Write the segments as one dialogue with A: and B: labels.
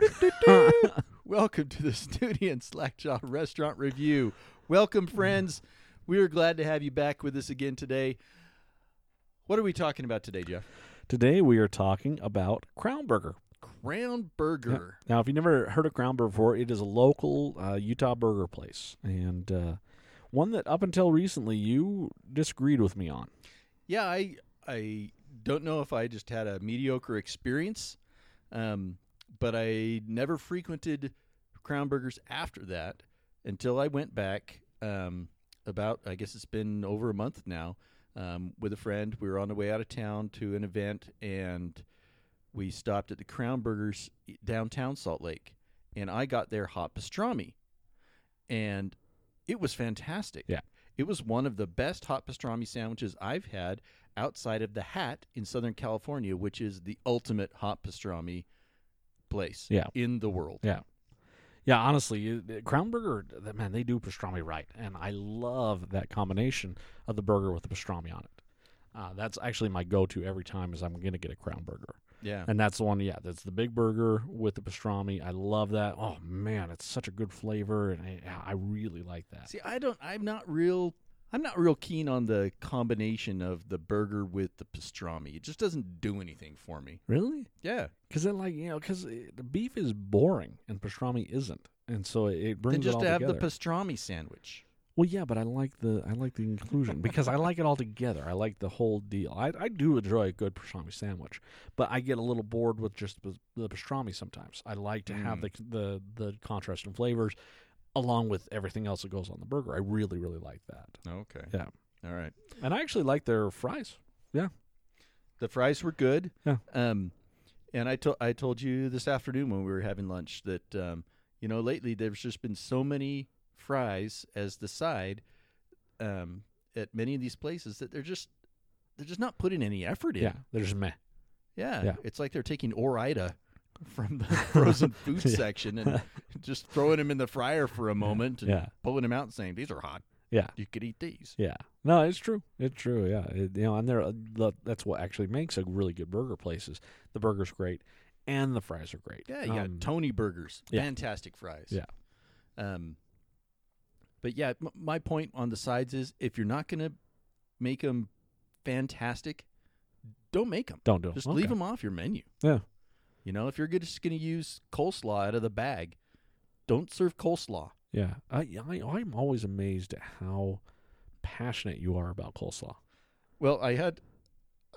A: Doop-doodle-doop-doop-doo. Welcome to the Snooty and Slackjaw Restaurant Review. Welcome, friends. We are glad to have you back with us again today. What are we talking about today, Jeff?
B: Today we are talking about Crown Burger.
A: Crown Burger.
B: Now, if you've never heard of Crown Burger before, it is a local uh, Utah burger place, and uh, one that up until recently you disagreed with me on.
A: Yeah, I I don't know if I just had a mediocre experience, um, but I never frequented Crown Burgers after that until I went back um, about I guess it's been over a month now um, with a friend. We were on the way out of town to an event and we stopped at the Crown Burgers e, downtown Salt Lake, and I got their hot pastrami, and it was fantastic.
B: Yeah.
A: It was one of the best hot pastrami sandwiches I've had outside of the Hat in Southern California, which is the ultimate hot pastrami place
B: Yeah.
A: in the world.
B: Yeah. Yeah, honestly, you- the Crown Burger, th- man, they do pastrami right, and I love that combination of the burger with the pastrami on it. Uh, that's actually my go-to every time is I'm gonna get a Crown Burger,
A: Yeah.
B: and that's the one. Yeah, that's the big burger with the pastrami. I love that. Oh man, it's such a good flavor, and I, I really like that.
A: See, I don't. I'm not real. I'm not real keen on the combination of the burger with the pastrami. It just doesn't do anything for me.
B: Really?
A: Yeah.
B: Because then, like you know, because the beef is boring and pastrami isn't, and so it, it brings
A: Then
B: it
A: just
B: all
A: to have
B: together.
A: the pastrami sandwich.
B: Well, yeah, but I like the I like the inclusion because I like it all together. I like the whole deal. I, I do enjoy a good pastrami sandwich, but I get a little bored with just the the pastrami sometimes. I like to have the
A: Mm.
B: the the contrast and flavors along with everything else that goes on the burger. I really really like that.
A: Okay.
B: Yeah.
A: All right.
B: And I actually like their fries. Yeah.
A: The fries were good.
B: Yeah.
A: Um, and I told I told you this afternoon when we were having lunch that um, you know lately there's just been so many fries as the side um, at many of these places that they're just they're just not putting any effort in.
B: Yeah. They're just meh.
A: Yeah,
B: Yeah.
A: it's like they're taking Orida from the frozen food
B: Yeah.
A: section and just throwing them in the fryer for a moment and
B: Yeah.
A: pulling them out and saying these are hot.
B: Yeah.
A: You could eat these.
B: Yeah. No, it's true. It's true. Yeah. It- you know, and they're, uh, the- that's what actually makes a really good burger place is the burger's great and the fries are great.
A: Yeah, you
B: Um,
A: got Tony Burgers,
B: yeah.
A: fantastic fries.
B: Yeah.
A: Um, but yeah, m- my point on the sides is if you're not gonna make them fantastic, don't make them.
B: Don't do it.
A: Just
B: Oh, Okay.
A: leave them off your menu.
B: Yeah.
A: You know, if you're good- just gonna use coleslaw out of the bag, don't serve coleslaw.
B: Yeah, I, I I'm always amazed at how passionate you are about coleslaw.
A: Well, I had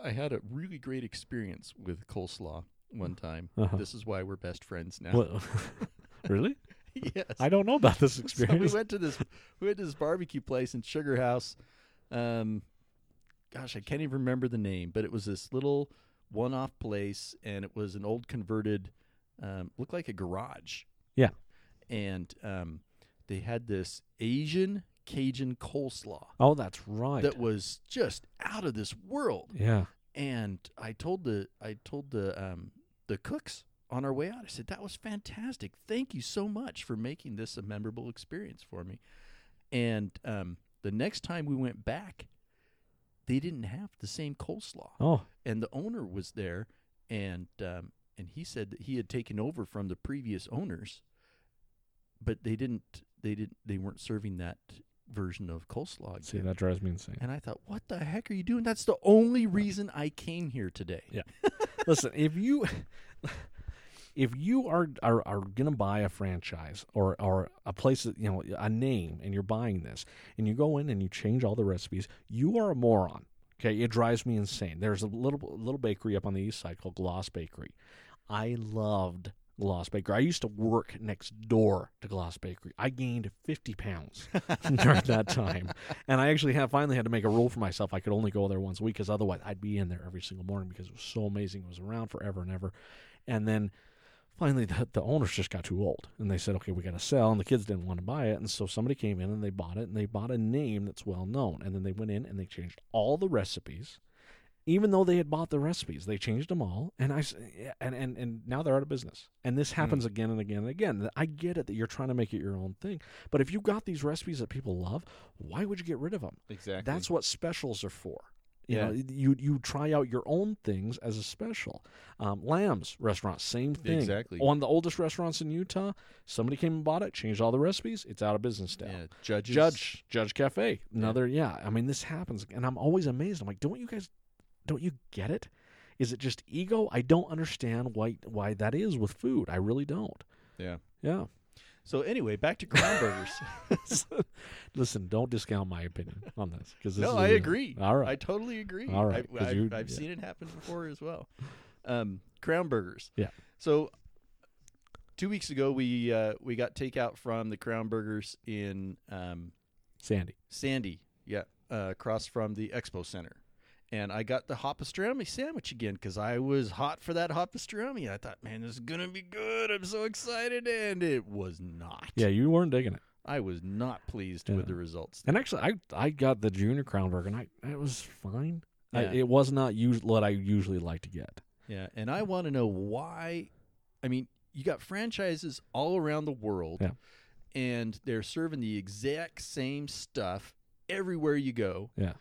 A: I had a really great experience with coleslaw one time.
B: Uh-huh.
A: This is why we're best friends now.
B: Well, really?
A: yes.
B: I don't know about this
A: So
B: experience.
A: we went to this we went to this barbecue place in Sugar House. Um gosh, I can't even remember the name, but it was this little one off place and it was an old converted um looked like a garage.
B: Yeah.
A: And um they had this Asian Cajun coleslaw
B: oh, that's right.
A: that was just out of this world.
B: yeah,
A: and I told the I told the um, the cooks on our way out. I said that was fantastic. Thank you so much for making this a memorable experience for me. And um, the next time we went back, they didn't have the same coleslaw,
B: oh,
A: and the owner was there, and um, and he said that he had taken over from the previous owners, but they didn't they didn't they weren't serving that version of coleslaw.
B: see,
A: again.
B: that drives me insane.
A: And I thought, what the heck are you doing? That's the only reason I came here today.
B: Yeah. Listen, if you if you are, are are gonna buy a franchise or or a place that you know a name and you're buying this and you go in and you change all the recipes, you are a moron. Okay, it drives me insane. There's a little little bakery up on the east side called Gloss Bakery. I loved Gloss Bakery. I used to work next door to Gloss Bakery. I gained 50 pounds during that time. And I actually have finally had to make a rule for myself. I could only go there once a week because otherwise I'd be in there every single morning because it was so amazing. It was around forever and ever. And then finally the, the owners just got too old and they said, okay, we got to sell. And the kids didn't want to buy it. And so somebody came in and they bought it and they bought a name that's well known. And then they went in and they changed all the recipes even though they had bought the recipes, they changed them all, and I s- and and, and now they're out of business. And this happens again and again and again. I get it that you're trying to make it your own thing, but if you got these recipes that people love, why would you get rid of them?
A: Exactly.
B: That's what specials are for. You
A: Yeah.
B: know, you you try out your own things as a special. Um, Lamb's restaurant, same thing.
A: Exactly.
B: One of the oldest restaurants in Utah. Somebody came and bought it, changed all the recipes. It's out of business now.
A: Yeah, judges.
B: Judge Judge Cafe, another yeah. I mean, this happens, and I'm always amazed. I'm like, don't you guys, don't you get it? Is it just ego? I don't understand why why that is with food. I really don't.
A: Yeah.
B: Yeah.
A: So anyway, back to ground burgers.
B: Listen, don't discount my opinion on this because
A: no, I agree.
B: All right.
A: I totally agree.
B: All right,
A: I,
B: 'cause
A: I've,
B: you-
A: I've
B: yeah.
A: seen it happen before as well. Um, Crown Burgers.
B: Yeah.
A: So two weeks ago, we uh, we got takeout from the Crown Burgers in um,
B: Sandy.
A: Sandy. Yeah, uh, across from the Expo Center. And I got the hot pastrami sandwich again because I was hot for that hot pastrami. I thought, man, this is gonna be good. I'm so excited, and it was not.
B: Yeah, you weren't digging it.
A: I was not pleased
B: Yeah.
A: with the results.
B: And actually, I I got the junior crown burger, and I it was fine. I,
A: Yeah.
B: it was not us- what I usually like to get.
A: Yeah, and I want to know why. I mean, you got franchises all around the world,
B: Yeah.
A: and they're serving the exact same stuff everywhere you go.
B: Yeah.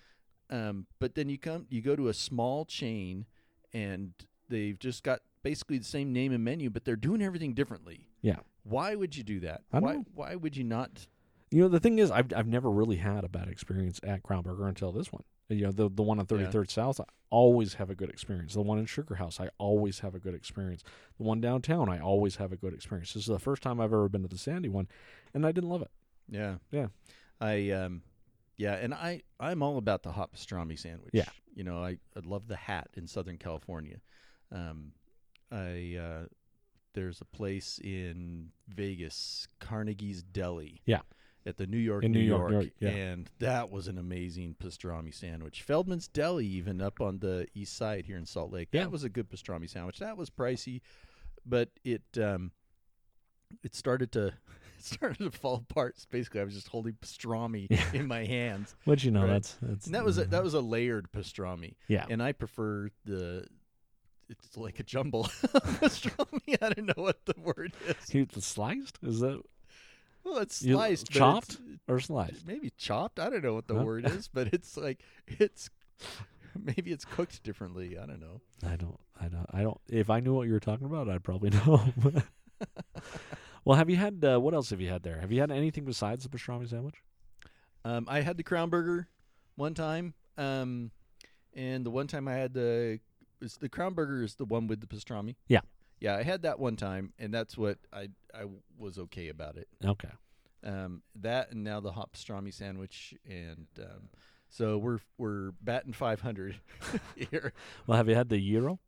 A: Um, but then you come, you go to a small chain, and they've just got basically the same name and menu, but they're doing everything differently.
B: Yeah.
A: Why would you do that?
B: I don't
A: why
B: know.
A: Why would you not?
B: You know, the thing is, I've I've never really had a bad experience at Crown Burger until this one. You know, the the one on
A: Yeah.
B: Thirty Third South, I always have a good experience. The one in Sugar House, I always have a good experience. The one downtown, I always have a good experience. This is the first time I've ever been to the Sandy one, and I didn't love it.
A: Yeah.
B: Yeah.
A: I um. Yeah, and I I'm all about the hot pastrami sandwich.
B: Yeah.
A: you know I, I love the hat in Southern California. Um, I uh, there's a place in Vegas, Carnegie's Deli.
B: Yeah.
A: at the New York,
B: In
A: New,
B: New
A: York,
B: York, New York, yeah.
A: and that was an amazing pastrami sandwich. Feldman's Deli, even up on the East Side here in Salt Lake,
B: Yeah.
A: that was a good pastrami sandwich. That was pricey, but it um, it started to. it Started to fall apart. Basically, I was just holding pastrami
B: Yeah.
A: in my hands,
B: But you know,
A: Right.
B: that's that's
A: and that was a, that was a layered pastrami
B: yeah.
A: and I prefer the. It's like a jumble pastrami. I don't know what the word is.
B: He was sliced? Is that
A: Well, it's
B: You-
A: sliced, but
B: chopped?
A: it's-
B: or sliced?
A: maybe chopped. I don't know what the
B: Huh?
A: word is, but it's like it's maybe it's cooked differently. I don't know.
B: I don't. I don't. I don't. If I knew what you were talking about, I'd probably know. well, have you had uh, what else have you had there? Have you had anything besides the pastrami sandwich?
A: Um, I had the crown burger one time, um, and the one time I had the is the crown burger is the one with the pastrami.
B: Yeah.
A: yeah, I had that one time, and that's what I I was okay about it.
B: Okay.
A: um, that and now the hot pastrami sandwich and um, so we're we're batting 500 here
B: Well, have you had the gyro?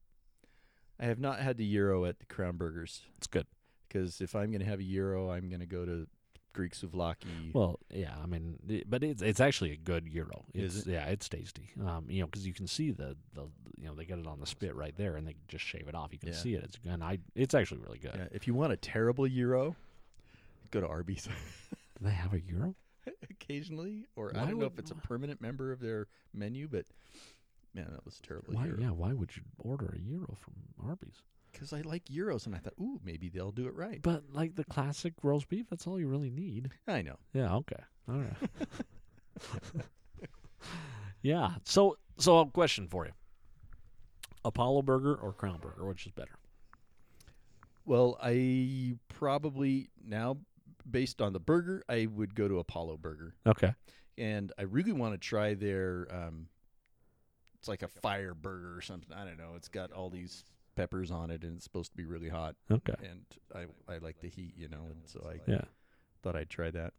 A: i have not had the euro at the crown burgers
B: It's good.
A: because if i'm going to have a euro i'm going to go to greek souvlaki
B: Well, yeah. I mean, it, but it's it's actually a good gyro. It's,
A: Is
B: Yeah, it's tasty. Um, you know, because you can see the the you know they get it on the spit right there, and they just shave it off. You can
A: Yeah.
B: see it. It's and I it's actually really good.
A: yeah, if you want a terrible euro go to arby's
B: Do they have a gyro?
A: occasionally or i
B: Why
A: don't know
B: would-
A: if it's a permanent member of their menu but man that was a terrible
B: Why?
A: euro
B: Yeah. Why would you order a gyro from Arby's?
A: because i like euros and i thought ooh maybe they'll do it right
B: But like the classic roast beef, that's all you really need.
A: i know
B: Yeah. Okay. All right. yeah. So, so a question for you: Apollo Burger or Crown Burger, which is better?
A: Well, I probably now, based on the burger, I would go to Apollo Burger,
B: Okay.
A: and I really want to try their. Um, it's like a fire burger or something. I don't know. It's got all these peppers on it, and it's supposed to be really hot.
B: Okay.
A: And I I like the heat, you know, and so I
B: Yeah.
A: thought I'd try that.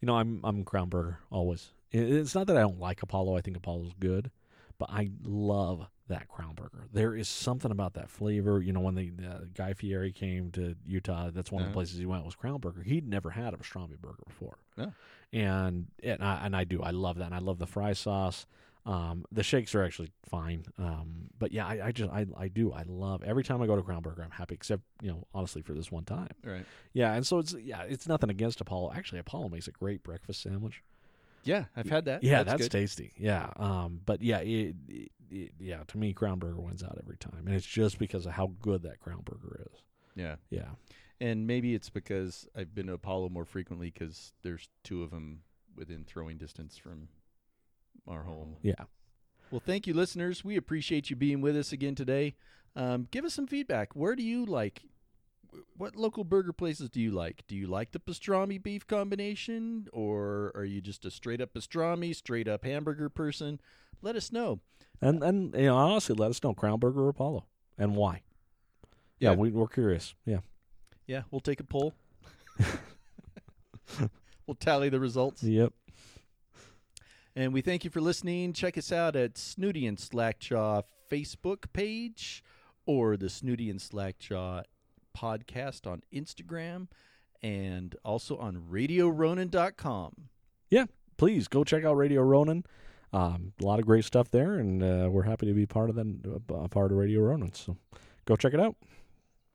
B: You know, I'm I'm Crown Burger always. I- It's not that I don't like Apollo. I think Apollo's good, but I love that Crown Burger. There is something about that flavor. You know, when the uh, Guy Fieri came to Utah, that's one of
A: Uh-huh.
B: the places he went was Crown Burger. He'd never had a pastrami burger before.
A: No.
B: And and I, and I do. I love that. And I love the fry sauce. Um, the shakes are actually fine. Um, but yeah, I, I just I I do. I love every time I go to Crown Burger, I'm happy. Except you know, honestly, for this one time.
A: Right?
B: Yeah, and so it's yeah, it's nothing against Apollo. Actually, Apollo makes a great breakfast sandwich.
A: Yeah, I've had that.
B: Yeah,
A: that's,
B: that's,
A: good.
B: tasty. Yeah, um, but yeah, it, it, it- yeah, to me, Crown Burger wins out every time, and it's just because of how good that Crown Burger is.
A: yeah.
B: Yeah,
A: And maybe it's because I've been to Apollo more frequently because there's two of them within throwing distance from our home.
B: yeah.
A: Well, thank you, listeners. We appreciate you being with us again today. Um, give us some feedback. Where do you like? What local burger places do you like? Do you like the pastrami beef combination, or are you just a straight up pastrami, straight up hamburger person? Let us know.
B: And and you know, honestly, let us know Crown Burger or Apollo and why. Yeah,
A: Yeah.
B: We, we're curious. Yeah,
A: Yeah, we'll take a poll. we'll tally the results.
B: yep.
A: And we thank you for listening. Check us out at Snooty and Slackjaw Facebook page or the Snooty and Slackjaw podcast on Instagram and also on RadioRonan.com.
B: Please go check out Radio Ronan. Um, a lot of great stuff there, and uh, we're happy to be part of that, a part of Radio Ronan. So go check it out.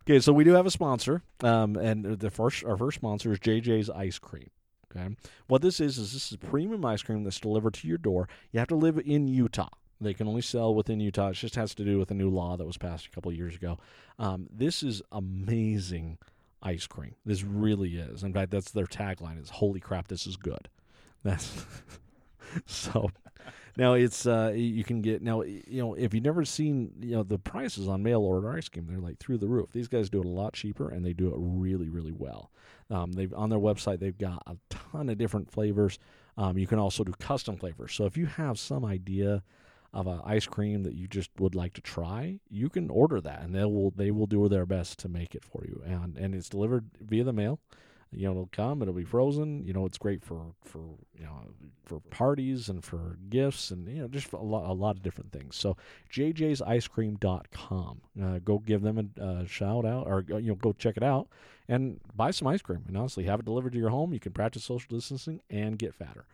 B: Okay, so we do have a sponsor, um, and the first our first sponsor is JJ's Ice Cream. Okay, what this is is this is premium ice cream that's delivered to your door. You have to live in Utah. They can only sell within Utah. It just has to do with a new law that was passed a couple of years ago. Um, this is amazing ice cream. This really is. In fact, that's their tagline: "Is holy crap, this is good." That's so. Now it's uh, you can get now you know if you've never seen you know the prices on mail order ice cream they're like through the roof. These guys do it a lot cheaper and they do it really really well. Um, they've on their website they've got a ton of different flavors. Um, you can also do custom flavors. So if you have some idea of an ice cream that you just would like to try, you can order that and they will they will do their best to make it for you. And and it's delivered via the mail you know it'll come it'll be frozen you know it's great for for you know for parties and for gifts and you know just for a lot, a lot of different things so jjsicecream.com uh, go give them a uh, shout out or uh, you know go check it out and buy some ice cream and honestly have it delivered to your home you can practice social distancing and get fatter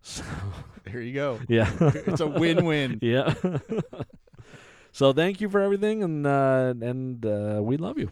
B: so
A: There you go.
B: yeah
A: It's a win win.
B: yeah so thank you for everything and uh, and uh, we love you